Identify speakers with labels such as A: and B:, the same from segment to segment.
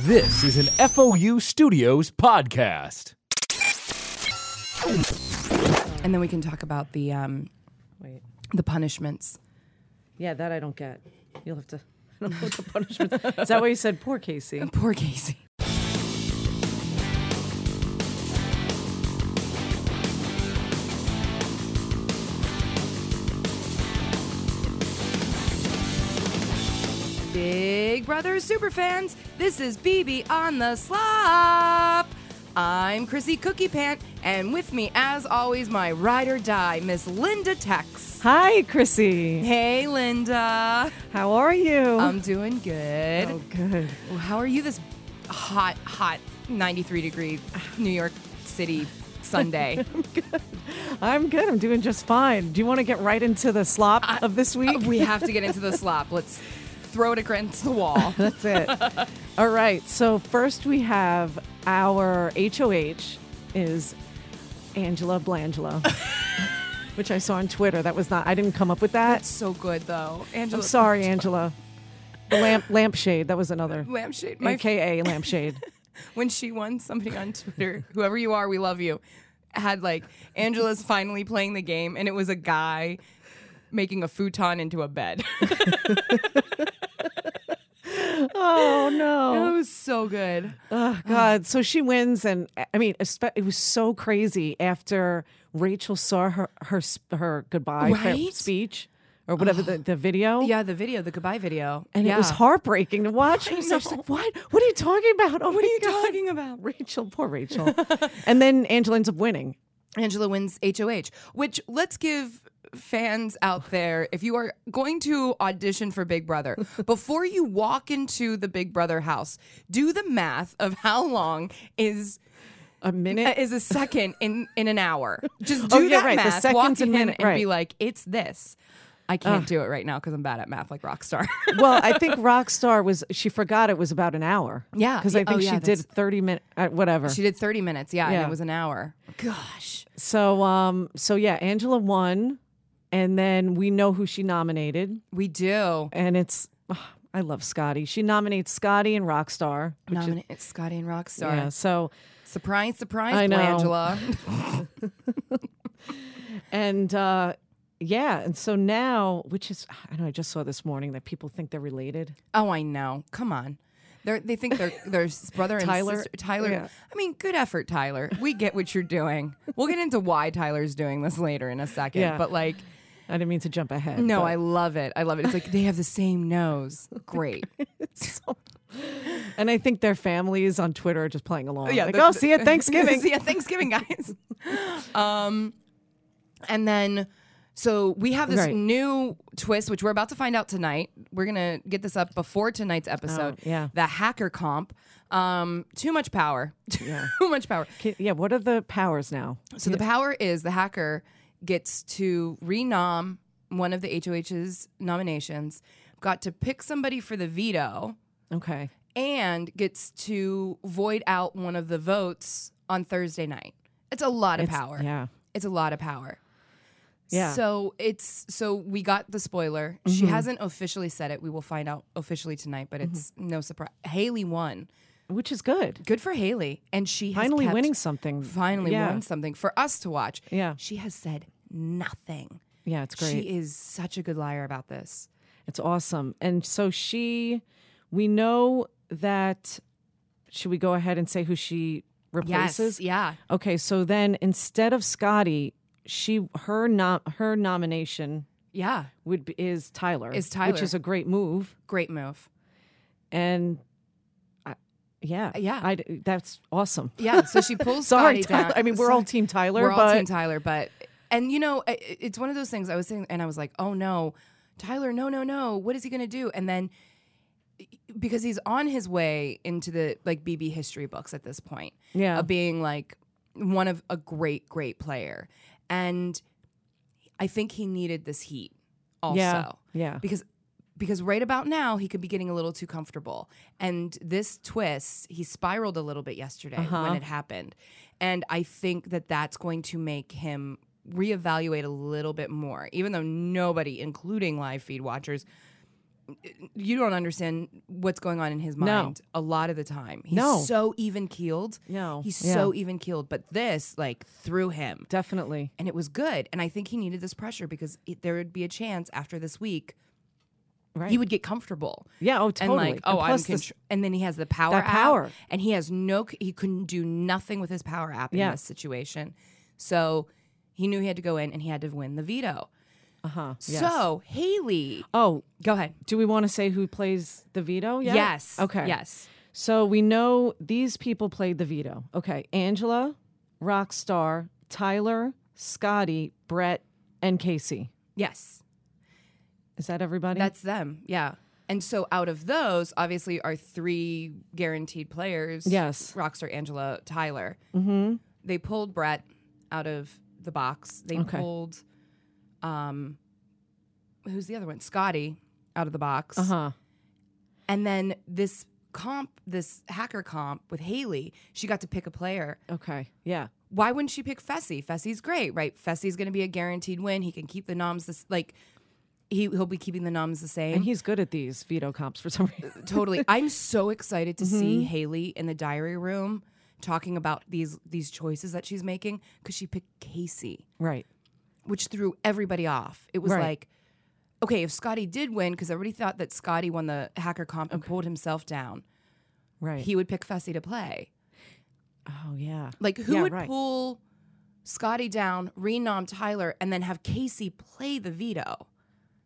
A: This is an FOU Studios podcast.
B: And then we can talk about the um,
C: Wait.
B: the punishments.
C: Yeah, that I don't get. You'll have to. I don't know what the punishment is. That why you said poor Casey?
B: Poor Casey. Big Brother superfans, this is BB on the slop. I'm Chrissy Cookie Pant, and with me, as always, my ride or die, Miss Linda Tex.
C: Hi, Chrissy.
B: Hey, Linda.
C: How are you?
B: I'm doing good.
C: oh, good.
B: Well, How are you this hot, hot 93 degree New York City Sunday?
C: I'm good. I'm doing just fine. Do you want to get right into the slop of this week?
B: we have to get into the slop. Let's throw it against the wall.
C: That's it. All right. So first we have our HOH is Angela Blangelo, which I saw on Twitter. That was not. I didn't come up with that.
B: It's so good, though. Angela.
C: I'm sorry, Angela. The lamp lampshade. That was another.
B: Lampshade. My,
C: AKA lampshade.
B: when she won somebody on Twitter, whoever you are, we love you, had like, Angela's finally playing the game, and it was a guy making a futon into a bed.
C: oh no.
B: it was so good.
C: Oh God! So she wins, and uh, I mean, espe- it was so crazy after Rachel saw her her sp- her goodbye fa-
B: Right?
C: speech or whatever the, the video.
B: Yeah, the video, the goodbye video.
C: And it was
B: Yeah.
C: heartbreaking to watch. I was
B: know.
C: just like, "What? What are you talking about? Oh, what are you
B: talking about?
C: Rachel? Poor Rachel." and then Angela ends up winning.
B: Angela wins HOH, which let's give fans out there if you are going to audition for Big Brother, before you walk into the Big Brother house, do the math of how long is
C: A minute.
B: is a second in in an hour. Just do
C: Oh, yeah,
B: that
C: right. The
B: math.
C: seconds
B: walk
C: and
B: in
C: minute,
B: and be
C: right.
B: like, it's this. I can't do it right now because I'm bad at math, like Rockstar.
C: well, I think Rockstar was. She forgot it was about an hour.
B: Yeah.
C: because
B: Yeah.
C: I
B: Oh,
C: think
B: yeah,
C: she did
B: that's-
C: thirty minutes. Uh, whatever.
B: she did 30 minutes, yeah, and
C: Yeah.
B: it was an hour. Gosh,
C: so, um, so yeah, Angela won, and then we know who she nominated.
B: we do
C: and it's ugh, I love Scotty. She nominates Scotty and Rockstar. Which is,
B: nominate Scotty and Rockstar.
C: yeah, so
B: Surprise, surprise,
C: I know.
B: Angela.
C: and uh, yeah, and so now, which is I know I just saw this morning that people think they're related.
B: Oh, I know. Come on. They're, they think they're, they're s- brother and
C: Tyler,
B: sister. Tyler.
C: yeah.
B: I mean, good effort, Tyler. We get what you're doing. We'll get into why Tyler's doing this later in a second.
C: Yeah.
B: But like,
C: I didn't mean to jump ahead.
B: no,
C: but-
B: I love it. I love it. It's like they have the same nose. Great.
C: and I think their families on Twitter are just playing along.
B: Yeah,
C: like,
B: the-
C: oh, see you at Thanksgiving.
B: See you at Thanksgiving, guys. um, and then, so we have this
C: Right.
B: new twist, which we're about to find out tonight. We're gonna get this up before tonight's episode.
C: yeah.
B: the hacker comp. Um, too much power. Too
C: Yeah.
B: much power.
C: Ki- yeah, what are the powers now?
B: So the power is the hacker gets to renom one of the HOH's nominations, got to pick somebody for the veto,
C: Okay,
B: and gets to void out one of the votes on Thursday night. It's a lot of
C: It's-
B: power.
C: Yeah,
B: It's a lot of power.
C: Yeah. Mm-hmm.
B: So it's so we got the spoiler. She hasn't officially said it. We will find out officially tonight, but it's
C: Mm-hmm.
B: no surprise. Haley won.
C: which is good.
B: Good for Haley, and she has
C: Finally
B: kept-
C: winning something.
B: finally
C: yeah.
B: won something for us to watch.
C: Yeah.
B: She has said nothing.
C: Yeah, it's great.
B: She is such a good liar about this.
C: It's awesome. And so she, we know that. Should we go ahead and say who she replaces?
B: Yeah.
C: Okay. So then, instead of Scotty, she her nom- her nomination
B: Yeah.
C: would be, is Tyler.
B: Is
C: which
B: Tyler.
C: is a great move.
B: Great move.
C: And I, yeah,
B: Yeah.
C: I, that's awesome.
B: Yeah. So she pulls Scotty
C: Sorry, Tyler.
B: down.
C: I mean, we're all Team Tyler,
B: We're
C: but
B: all Team Tyler, but and you know, i- i- it's one of those things. I was saying, and I was like, oh no, Tyler, no, no, no. What is he gonna do? And then because he's on his way into the like BB history books at this point,
C: Yeah.
B: of being like one of a great, great player, and I think he needed this heat also,
C: yeah, yeah,
B: because. Because right about now he could be getting a little too comfortable, and this twist he spiraled a little bit yesterday
C: Uh-huh.
B: when it happened, and I think that that's going to make him reevaluate a little bit more. Even though nobody, including live feed watchers, you don't understand what's going on in his
C: No.
B: mind a lot of the time. He's
C: No.
B: so even keeled.
C: No.
B: He's
C: Yeah.
B: so even keeled. But this, like, threw him.
C: Definitely.
B: And it was good. And I think he needed this pressure because it, there would be a chance after this week
C: Right.
B: he would get comfortable.
C: Yeah, oh,
B: And
C: totally.
B: like, oh,
C: And
B: I'm
C: plus
B: contr-
C: this-
B: and then he has the power
C: that
B: app,
C: power.
B: and he has no. c- He couldn't do nothing with his power app
C: Yeah.
B: in this situation, so he knew he had to go in and he had to win the veto.
C: Uh huh.
B: So Haley,
C: oh,
B: go ahead.
C: do we want to say who plays the veto? Yet?
B: Yes.
C: Okay.
B: Yes.
C: So we know these people played the veto. Okay. Angela, Rockstar, Tyler, Scotty, Brett, and Casey.
B: Yes.
C: Is that everybody?
B: That's them. Yeah. And so out of those, obviously, are three guaranteed players.
C: Yes.
B: Rockstar, Angela, Tyler. Mm-hmm. They pulled Brett out of the box. They
C: Okay.
B: pulled, um, who's the other one? Scotty out of the box.
C: uh huh.
B: And then this comp, this hacker comp with Haley, she got to pick a player.
C: Okay. Yeah.
B: Why wouldn't she pick Fessy? Fessy's great, right? Fessy's going to be a guaranteed win. He can keep the noms this like. He, he'll be keeping the noms the same.
C: And he's good at these veto comps for some reason.
B: totally. I'm so excited to
C: Mm-hmm.
B: see Haley in the diary room talking about these these choices that she's making because she picked Casey,
C: right.
B: which threw everybody off. It was
C: Right.
B: like, okay, if Scotty did win, because everybody thought that Scotty won the hacker comp and pulled himself down,
C: Right.
B: he would pick Fessy to play.
C: oh yeah.
B: Like, who
C: Yeah,
B: would
C: right.
B: pull Scotty down, renom Tyler, and then have Casey play the veto?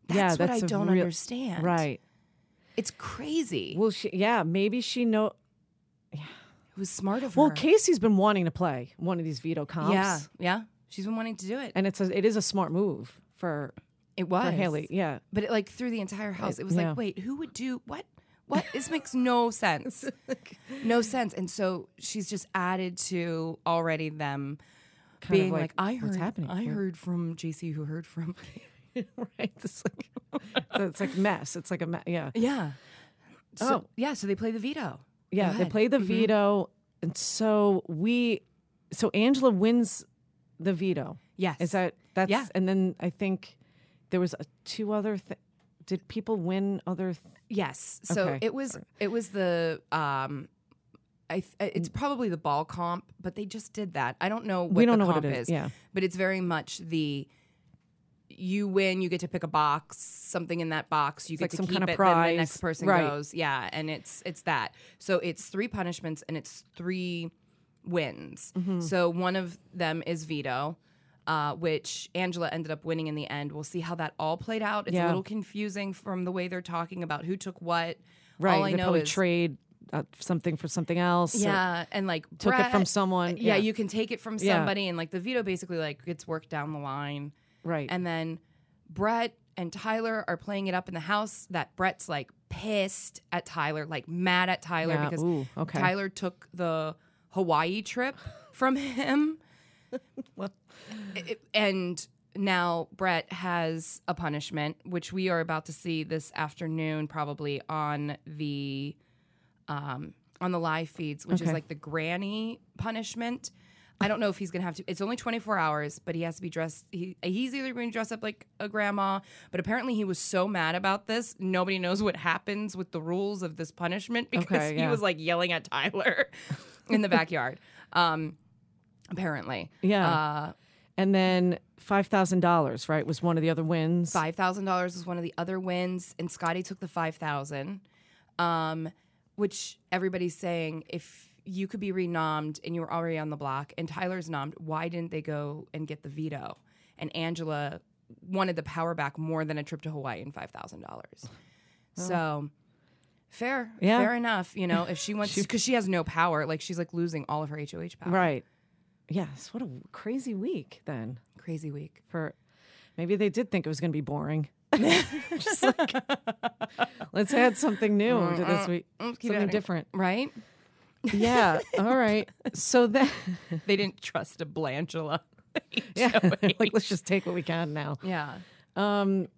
B: That's,
C: yeah,
B: what I
C: that's a
B: don't
C: real-
B: understand.
C: Right.
B: It's crazy.
C: Well, she, yeah, maybe she know.
B: it was smart of
C: Well,
B: her.
C: Casey's been wanting to play one of these veto comps.
B: Yeah, yeah. She's been wanting to do it.
C: and it's a, it is a smart move for
B: It was
C: for Haley. Yeah,
B: but it, like through the entire house, it was
C: yeah.
B: like, wait, who would do what? What? This makes no sense. No sense. And so she's just added to already them
C: Kind of
B: being like, I heard,
C: what's happening.
B: I
C: Yeah.
B: heard from JC, who heard from,
C: right. It's like so it's like mess. It's like a me- yeah
B: yeah. So,
C: Oh.
B: yeah. So they play the veto.
C: yeah. They
B: ahead.
C: play the veto, and so we so Angela wins the veto.
B: Yes.
C: Is that that's
B: Yeah.
C: and then I think there was a, two other. Th- did people win other? Th-
B: Yes. So
C: Okay.
B: it was it was the um I th- uh, it's probably the ball comp, but they just did that. I don't know what
C: Mm. We don't
B: the
C: know what it
B: comp
C: is, yeah.
B: But it's very much the you win, you get to pick a box, something in that box, you get
C: like
B: to
C: some
B: keep
C: kind of
B: it, then the next
C: prize.
B: person
C: Right.
B: goes. Yeah, and it's it's that. So it's three punishments and it's three wins.
C: Mm-hmm.
B: So one of them is veto. Uh, which Angela ended up winning in the end. We'll see how that all played out. It's a
C: Yeah.
B: little confusing from the way they're talking about who took what.
C: right.
B: All I
C: they
B: know
C: probably
B: is
C: trade uh, something for something else. or-
B: yeah, and like
C: took it from
B: Brett-
C: someone.
B: Yeah, you can take it from
C: Yeah.
B: somebody, and like the veto basically like gets worked down the line,
C: right.
B: and then Brett and Tyler are playing it up in the house. That Brett's like pissed at Tyler, like mad at Tyler
C: Yeah,
B: because
C: ooh, okay.
B: Tyler took the Hawaii trip from him. it- and now Brett has a punishment, which we are about to see this afternoon, probably on the um, on the live feeds, which is
C: Okay.
B: like the granny punishment. I don't know if he's gonna have to. It's only 24 hours, but he has to be dressed. He, he's either going to dress up like a grandma, but apparently he was so mad about this, nobody knows what happens with the rules of this punishment because
C: Okay,
B: he
C: yeah.
B: was like yelling at Tyler in the backyard. Um, apparently,
C: Yeah.
B: Uh,
C: And then five thousand dollars, right, was one of the other wins.
B: Five thousand dollars was one of the other wins, and Scotty took the five thousand, um, which everybody's saying if you could be renommed and you were already on the block, and Tyler's nommed, why didn't they go and get the veto? And Angela wanted the power back more than a trip to Hawaii and five thousand dollars. So. Fair,
C: Yeah.
B: fair enough. You know, if she wants, because she has no power, like she's like losing all of her HOH power.
C: Right. Yes. What a w- crazy week then
B: Crazy week.
C: for maybe they did think it was going to be boring. Just like, let's add something new to this week.
B: Mm, keep
C: Something
B: adding.
C: different.
B: Right?
C: Yeah. All right. So then,
B: They didn't trust a Blangela.
C: yeah, like let's just take what we can now.
B: Yeah.
C: Um,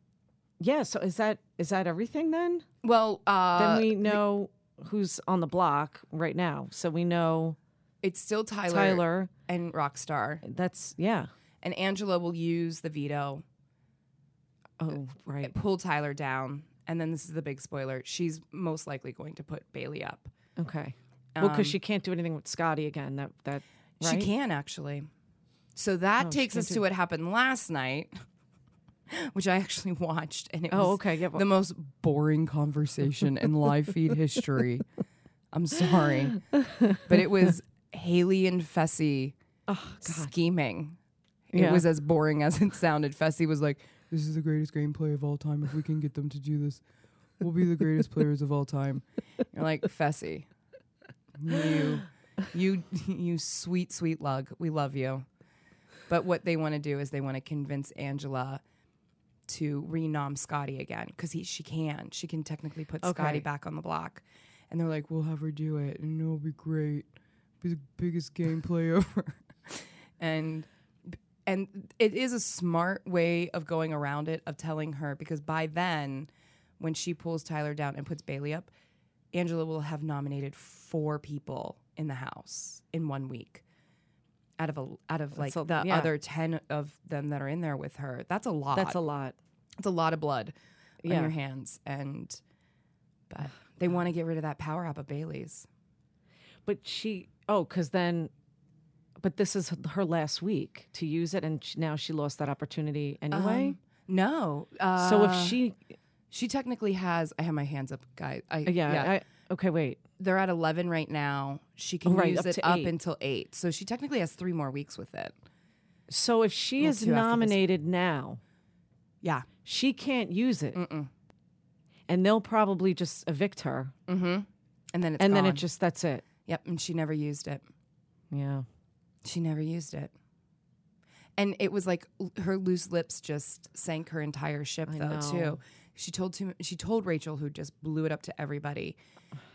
C: yeah. So is that is that everything then?
B: Well, uh,
C: Then we know who's on the block right now. So we know
B: It's still Tyler,
C: Tyler.
B: and Rockstar.
C: That's yeah.
B: And Angela will use the veto,
C: Oh right.
B: pull Tyler down, And then this is the big spoiler. She's most likely going to put Bailey up.
C: Okay. Well, because she can't do anything with Scotty again. That that right?
B: Um,
C: Oh,
B: She can actually. So that takes us to what happened last night, which I actually watched, and it
C: Oh,
B: was
C: okay, yeah,
B: the most boring conversation in live feed history. I'm sorry, but it was Haley and Fessy scheming.
C: Yeah.
B: It was as boring as it sounded. Fessy was like, "This is the greatest gameplay of all time. If we can get them to do this, we'll be the greatest players of all time." You're like Fessy, you, you, you sweet, sweet lug. We love you. But what they want to do is they want to convince Angela to renom Scotty again because he she can she can technically put
C: Okay.
B: Scotty back on the block, and they're like, "We'll have her do it, and it'll be great, be the biggest gameplay ever." and and it is a smart way of going around it of telling her because by then when she pulls tyler down and puts bailey up angela will have nominated four people in the house in one week out of a out of like
C: a-
B: the
C: yeah.
B: other 10 of them that are in there with her that's a lot
C: That's a lot.
B: it's a lot of blood
C: Yeah.
B: on your hands and but they want to get rid of that power up of bailey's
C: But she oh, because then, but this is her last week to use it, and she, now she lost that opportunity anyway.
B: Um, no uh,
C: so if she
B: she technically has i have my hands up guys I,
C: yeah,
B: Uh, yeah
C: I, okay wait
B: they're at 11 right now. She can
C: Oh, right,
B: use
C: up
B: it
C: to
B: up
C: eight.
B: until 8. So she technically has 3 more weeks with it.
C: so if she
B: Well,
C: is
B: two after this.
C: nominated now
B: Yeah.
C: she can't use it and they'll probably just evict her
B: Mm-hmm. And then it's
C: and then it
B: gone.
C: just that's it
B: Yep, and she never used it.
C: yeah
B: She never used it. And it was like l- her loose lips just sank her entire ship though
C: know.
B: too. She told too, she told Rachel who just blew it up to everybody.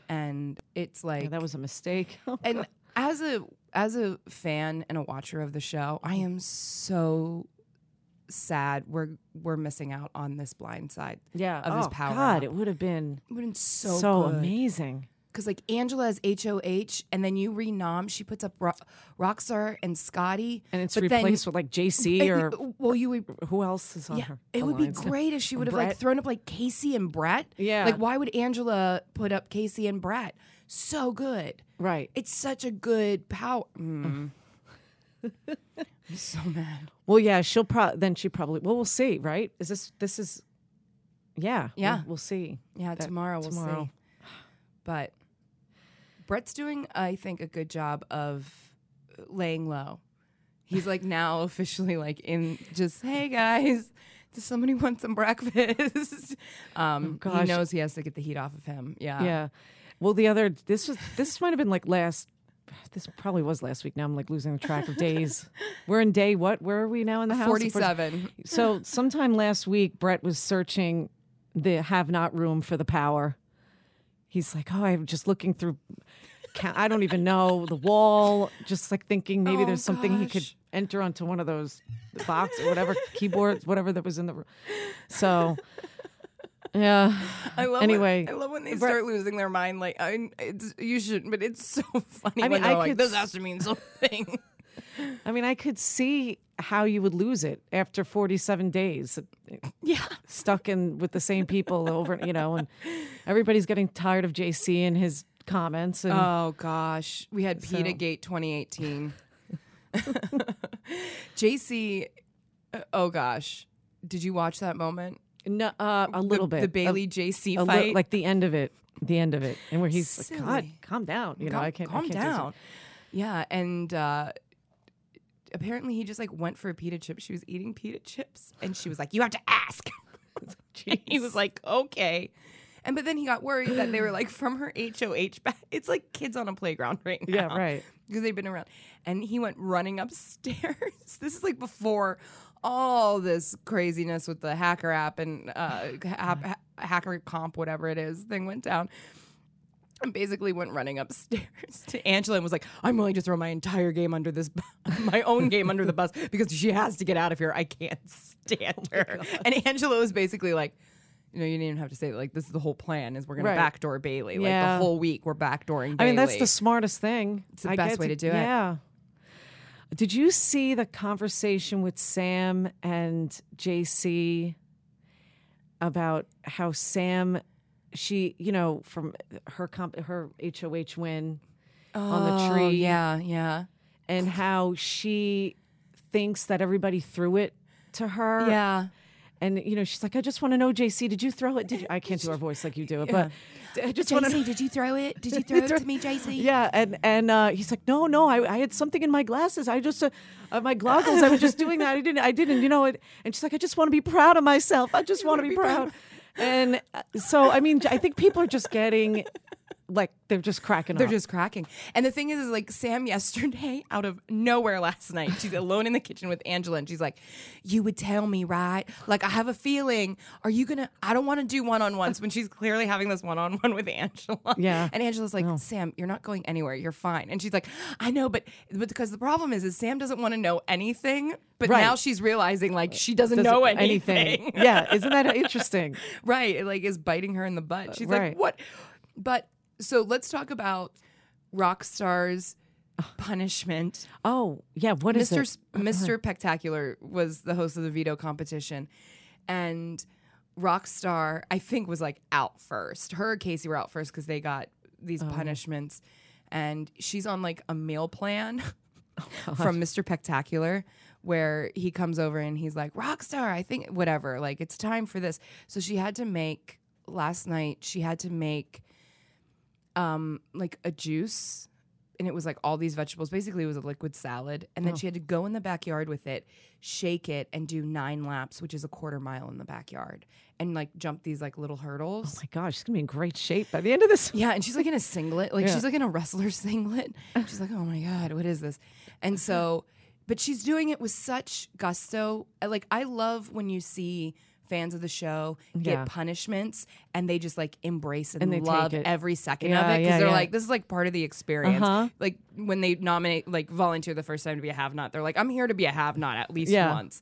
B: And it's like
C: Yeah, that was a mistake
B: and as a as a fan and a watcher of the show, I am so sad we're we're missing out on this blind side.
C: yeah
B: of his
C: oh,
B: power
C: god
B: up.
C: it would have been
B: It would have been so
C: so, amazing
B: because like Angela is H O H, and then you renom. She puts up Ro- Rockstar and Scotty,
C: and it's
B: but then-
C: replaced with like jc
B: It-
C: or
B: well, you would.
C: who else is on
B: Yeah,
C: her
B: it would be
C: alliance?
B: great if she would have like
C: Brett.
B: thrown up like Casey and Brett.
C: Yeah.
B: like why would Angela put up Casey and Brett? So good.
C: right
B: It's such a good power. Mm. I'm so mad.
C: well yeah she'll probably then she probably well we'll see right is this this is yeah we'll-
B: Yeah.
C: we'll, see
B: Yeah,
C: That-
B: tomorrow we'll
C: tomorrow.
B: see. But Brett's doing, I think, a good job of laying low. He's like now officially like in just hey guys, does somebody want some breakfast? um,
C: Oh, gosh.
B: he knows he has to get the heat off of him. Yeah,
C: Yeah. Well, the other this was this might have been like last. This probably was last week. Now I'm like losing track of days. We're in day what? Where are we now in the house?
B: forty-seven.
C: So sometime last week, Brett was searching the have not room for the power. He's like, oh, I'm just looking through. ca- I don't even know the wall. Just like thinking maybe
B: Oh,
C: there's something he could
B: gosh.
C: enter onto one of those box or whatever keyboards, whatever that was in the room. So, yeah.
B: I love
C: Anyway,
B: When, I love when they
C: Brett-
B: start losing their mind. Like I, it's, you shouldn't, but it's so funny.
C: I mean,
B: when they're
C: I
B: like,
C: could
B: this
C: s-
B: has to mean something.
C: I mean, I could see how you would lose it after 47 days
B: yeah,
C: stuck in with the same people over, you know, and everybody's getting tired of JC and his comments. And
B: Oh gosh, we had PETA Gate 2018. JC, uh, oh gosh, did you watch that moment?
C: no, uh, a
B: The-
C: little bit.
B: the
C: A-
B: Bailey JC
C: a,
B: fight.
C: little, like the end of it, the end of it, and where he's like, God,
B: Silly.
C: calm down. You know,
B: Calm-
C: I can't, I
B: calm
C: can't do this.
B: down. Yeah, and uh, apparently he just like went for a pita chip. She was eating pita chips, and she was like, "You have to ask." And he was like, "Okay." And but then he got worried that they were like from her HOH back. It's like kids on a playground right now.
C: Yeah, right.
B: because they've been around. And he went running upstairs. this is like before all this craziness with the hacker app and uh, hap- ha- hacker comp, whatever it is, thing went down. And basically went running upstairs to Angela and was like, "I'm willing to throw my entire game under this, bu- my own game under the bus because she has to get out of here. I can't stand her." and Angela was basically like, "You know, you didn't even have to say that. Like, this is the whole plan is we're gonna
C: Right.
B: backdoor Bailey. Like
C: Yeah.
B: the whole week we're backdooring. Bailey.
C: I mean, that's the smartest thing. It's
B: the best way to do it.
C: Yeah. Did you see the conversation with Sam and JC about how Sam, she, you know, from her comp- her HOH win on the
B: Oh,
C: tree,
B: yeah, yeah.
C: and how she thinks that everybody threw it to her,
B: Yeah.
C: And you know, she's like, I just want to know, JC, did you throw it? Did you? I can't do our voice like you do it, but I just want to know.
B: did you throw it? Did you throw it to me, JC?
C: Yeah, and and uh, he's like, no, no, I, I had something in my glasses. I just uh, uh, my goggles. I was just doing that. I didn't, I didn't, you know. It, and she's like, I just want to be proud of myself. I just want to be, proud. And uh, so, I mean, I think people are just getting like they're just cracking
B: They're
C: up.
B: just cracking. And the thing is, is like Sam yesterday, out of nowhere last night, she's alone in the kitchen with Angela, and she's like, "You would tell me, right? Like I have a feeling. Are you gonna? I don't want to do one-on-ones when she's clearly having this one-on-one with Angela.
C: Yeah.
B: And Angela's like, Sam, you're not going anywhere. You're fine. And she's like, I know, but but because the problem is, is Sam doesn't want to know anything. But
C: Right.
B: now she's realizing like she doesn't,
C: Doesn't-
B: know anything.
C: yeah, isn't that interesting?
B: right it, like is biting her in the butt she's like
C: right.
B: what but so let's talk about rock stars punishment
C: Oh yeah, what is
B: mr
C: it? Uh-huh.
B: S- mr spectacular was the host of the veto competition and rockstar i think was like out first her and casey were out first because they got
C: Oh.
B: these punishments and she's on like a meal plan
C: Oh,
B: from Mr. Spectacular, where he comes over and he's like, Rockstar, I think, whatever, like, it's time for this. So she had to make, last night, she had to make um, like a juice. And it was like all these vegetables. Basically, it was a liquid salad. And
C: Oh.
B: then she had to go in the backyard with it, shake it, and do nine laps, which is a quarter mile in the backyard, and like jump these like little hurdles.
C: Oh my gosh, she's gonna be in great shape by the end of this.
B: Yeah, and she's like in a singlet. Like
C: Yeah.
B: she's like in a wrestler singlet. She's like, "Oh my god, what is this?" And so, but she's doing it with such gusto. I- Like I love when you see fans of the show get
C: Yeah.
B: punishments and they just like embrace and,
C: And they take
B: love
C: it.
B: every second of
C: Yeah,
B: it because
C: yeah,
B: they're
C: yeah.
B: like, "This is like part of the experience."
C: Uh-huh.
B: Like when they nominate, like volunteer the first time to be a have-not, they're like, "I'm here to be a have-not at least
C: Yeah.
B: once."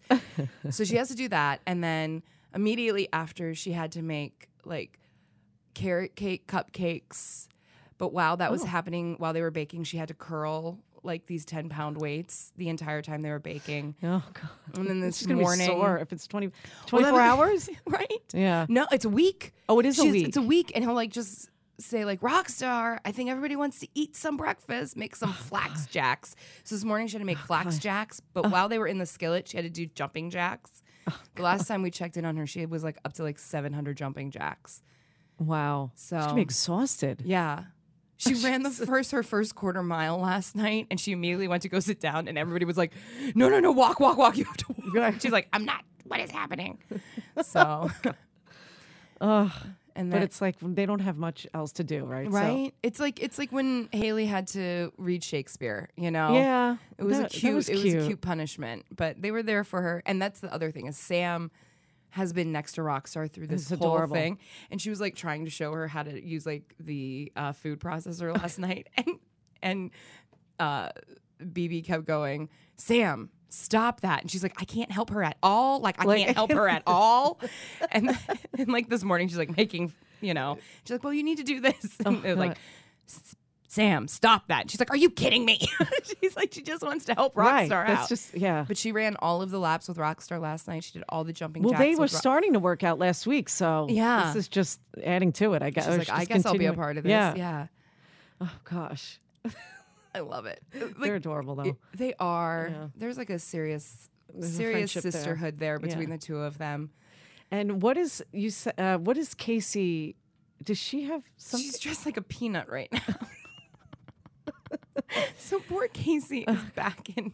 B: so she has to do that, and then immediately after, she had to make like carrot cake cupcakes. But while that
C: Oh.
B: was happening, while they were baking, she had to curl like these 10 pound weights the entire time they were baking.
C: Oh god,
B: And then this
C: she's gonna
B: morning.
C: be sore if it's 20,
B: Well, that
C: 24
B: would-
C: hours.
B: right?
C: Yeah.
B: No, it's a week.
C: Oh, it is a
B: It's a week. And he'll like just say, like, Rockstar, I think everybody wants to eat some breakfast, make some flax jacks. So this morning she had to make flax jacks, but while they were in the skillet, she had to do jumping jacks. the last time we checked in on her, she was like up to like 700 jumping jacks.
C: Wow. she's gonna
B: So-
C: be exhausted.
B: Yeah. She ran the first her first quarter mile last night and she immediately went to go sit down and everybody was like, No, no, no, walk, walk, walk. You have to walk. She's like, I'm not. What is happening? So and
C: But
B: then
C: it's like they don't have much else to do, right? So-
B: right? It's like it's like when Haley had to read Shakespeare, you know?
C: Yeah,
B: It was a
C: that- that
B: cute,
C: was
B: it was a
C: cute.
B: cute punishment. But they were there for her. And that's the other thing is Sam has been next to Rockstar through this
C: It's
B: whole
C: adorable.
B: thing. And she was like trying to show her how to use like the uh, food processor last night. And and uh BB kept going, Sam, stop that. And she's like, I can't help her at all. Like, I can't help her at all. And, and like this morning, she's like making, you know, she's like, well, you need to do this. And they're
C: Uh-huh.
B: like, "S- Sam, stop that. And she's like, are you kidding me? she's like, she just wants to help Rockstar
C: right. That's
B: out.
C: just yeah.
B: but she ran all of the laps with Rockstar last night. She did all the jumping
C: well,
B: jacks.
C: they were
B: with Ro-
C: starting to work out last week, so
B: Yeah.
C: this is just adding to it. I guess.
B: She's
C: or
B: like, I
C: just
B: guess I'll be a
C: continuing-
B: part of this.
C: Yeah.
B: yeah.
C: Oh gosh,
B: I love it.
C: they're
B: Like,
C: adorable though.
B: it- they are. There's like a serious,
C: a
B: serious
C: friendship there.
B: sisterhood there, between
C: Yeah.
B: the two of them.
C: and what is you? s- Uh, what is Casey? Does she have some?
B: She's dressed like a peanut right now. so poor Casey is back in.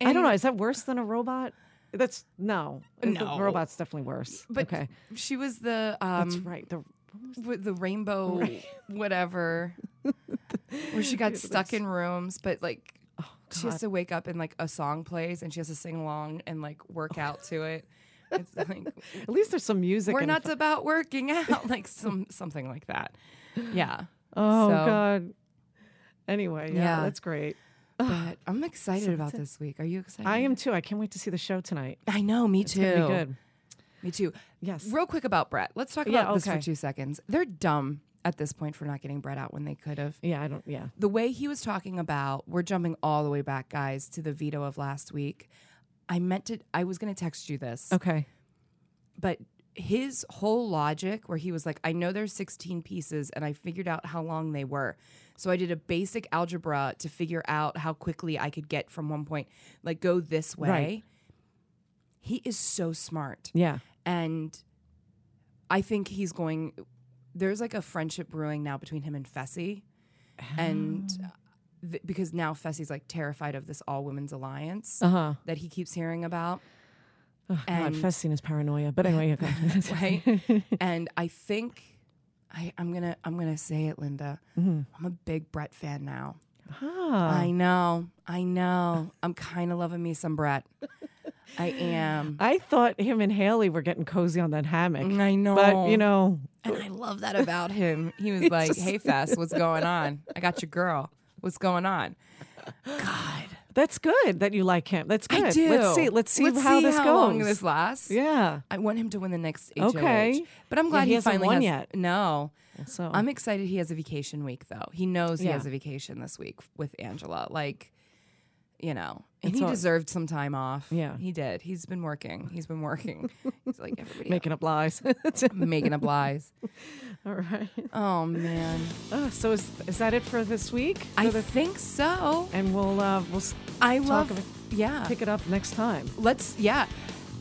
C: I don't know. Is that worse than a robot? That's no.
B: No.
C: the robot's definitely worse.
B: But
C: okay,
B: she was the um
C: that's right. The
B: with the rainbow whatever where she got stuck in rooms but like
C: Oh,
B: she has to wake up and like a song plays and she has to sing along and like work
C: Oh.
B: out to it. It's like
C: at least there's some music.
B: we're
C: and
B: nuts about working out like some something like that. Yeah.
C: Oh
B: so-
C: god. Anyway, yeah,
B: Yeah.
C: that's great.
B: But I'm excited about this week. Are you excited?
C: I am too. I can't wait to see the show tonight.
B: I know, me too.
C: It'll be good.
B: Me too.
C: Yes.
B: Real quick about Brett. Let's talk
C: Yeah,
B: about this for
C: okay.
B: two seconds. They're dumb at this point for not getting Brett out when they could have.
C: Yeah, I don't. Yeah.
B: The way he was talking about, we're jumping all the way back, guys, to the veto of last week. I meant to, I was going to text you this,
C: Okay.
B: but his whole logic where he was like i know there's 16 pieces and i figured out how long they were so i did a basic algebra to figure out how quickly i could get from one point like go this way
C: Right.
B: he is so smart
C: Yeah.
B: and i think he's going there's like a friendship brewing now between him and fessy and th- because now fessy's like terrified of this all women's alliance
C: Uh huh.
B: that he keeps hearing about
C: Oh, God,
B: And-
C: Fessing is paranoia. But anyway, okay.
B: right? and I think I, I'm gonna I'm gonna say it, Linda. I'm a big Brett fan now.
C: ah,
B: I know, I know. I'm kind of loving me some Brett. I am.
C: I thought him and Haley were getting cozy on that hammock.
B: Mm, I know,
C: But you know,
B: and I love that about him. He was like, "Hey, Fess, what's going on? I got your girl. What's going on?" God,
C: that's good that you like him. That's good.
B: I do.
C: Let's see. Let's see how this
B: how
C: goes.
B: long this lasts.
C: yeah.
B: I want him to win the next HOH.
C: Okay.
B: But I'm glad
C: he
B: he,
C: hasn't
B: finally
C: won
B: has.
C: yet.
B: No.
C: So
B: I'm excited he has a vacation week though. He knows he
C: Yeah.
B: has a vacation this week with Angela. Like, you know, and
C: It's
B: he
C: all-
B: deserved some time off.
C: Yeah.
B: He did. He's been working. He's been working. He's like everybody
C: making up lies.
B: making up lies.
C: All right.
B: Oh man.
C: Oh, so is, is that it for this week?
B: I think so.
C: And we'll uh, we'll s-
B: I
C: talk
B: love
C: about-
B: yeah.
C: pick it up next time.
B: let's yeah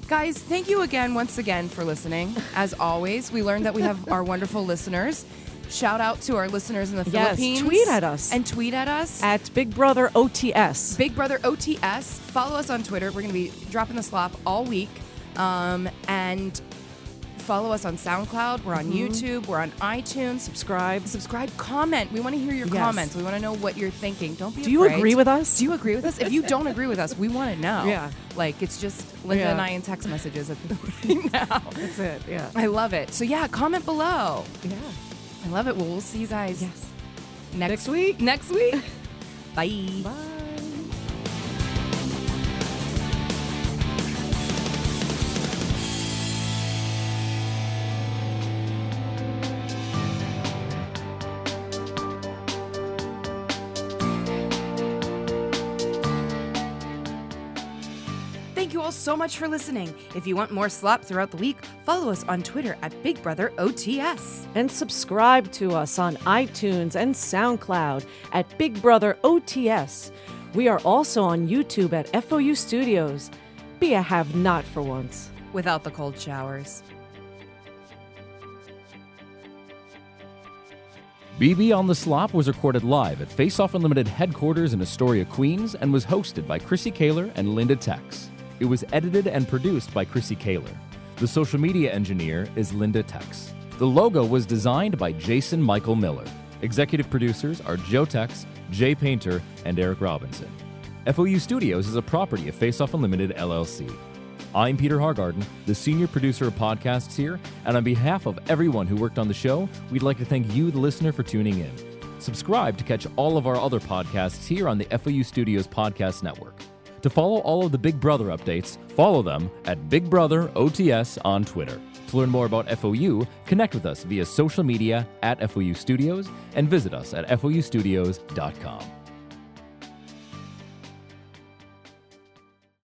B: guys thank you again once again for listening as always we learned that we have our wonderful listeners shout out to our listeners in the
C: Yes,
B: philippines
C: tweet at us.
B: and tweet at us
C: At Big Brother OTS.
B: big brother ots follow us on twitter we're going to be dropping the slop all week um, and follow us on soundcloud we're on
C: Mm-hmm.
B: youtube we're on itunes
C: Subscribe.
B: subscribe comment we want to hear your
C: Yes.
B: comments we want to know what you're thinking don't be
C: Do you
B: afraid.
C: agree with us?
B: do you agree with us if you don't agree with us we want to know
C: Yeah.
B: like it's just linda
C: Yeah.
B: and i in text messages at right now
C: That's it. Yeah.
B: i love it so yeah comment below
C: Yeah.
B: i love it well we'll see you guys
C: Yes.
B: next,
C: Next week.
B: next week bye
C: Bye.
B: Thank you all so much for listening. If you want more slop throughout the week, follow us on Twitter at Big Brother OTS.
C: and subscribe to us on iTunes and SoundCloud at Big Brother OTS. We are also on YouTube at FOU Studios. Be a have not for once.
B: Without the cold showers.
A: BB on the Slop was recorded live at Face Off Unlimited headquarters in Astoria, Queens, and was hosted by Chrissy Kaler and Linda Tex. It was edited and produced by Chrissy Kaler. The social media engineer is Linda Tex. The logo was designed by Jason Michael Miller. Executive producers are Joe Tex, Jay Painter, and Eric Robinson. FOU Studios is a property of Face Off Unlimited LLC. I'm Peter Hargarden, the senior producer of podcasts here, and on behalf of everyone who worked on the show, we'd like to thank you, the listener, for tuning in. Subscribe to catch all of our other podcasts here on the FOU Studios Podcast Network. To follow all of the Big Brother updates, follow them at Big Brother OTS on Twitter. To learn more about FOU, connect with us via social media at FOU Studios and visit us at FOUstudios.com.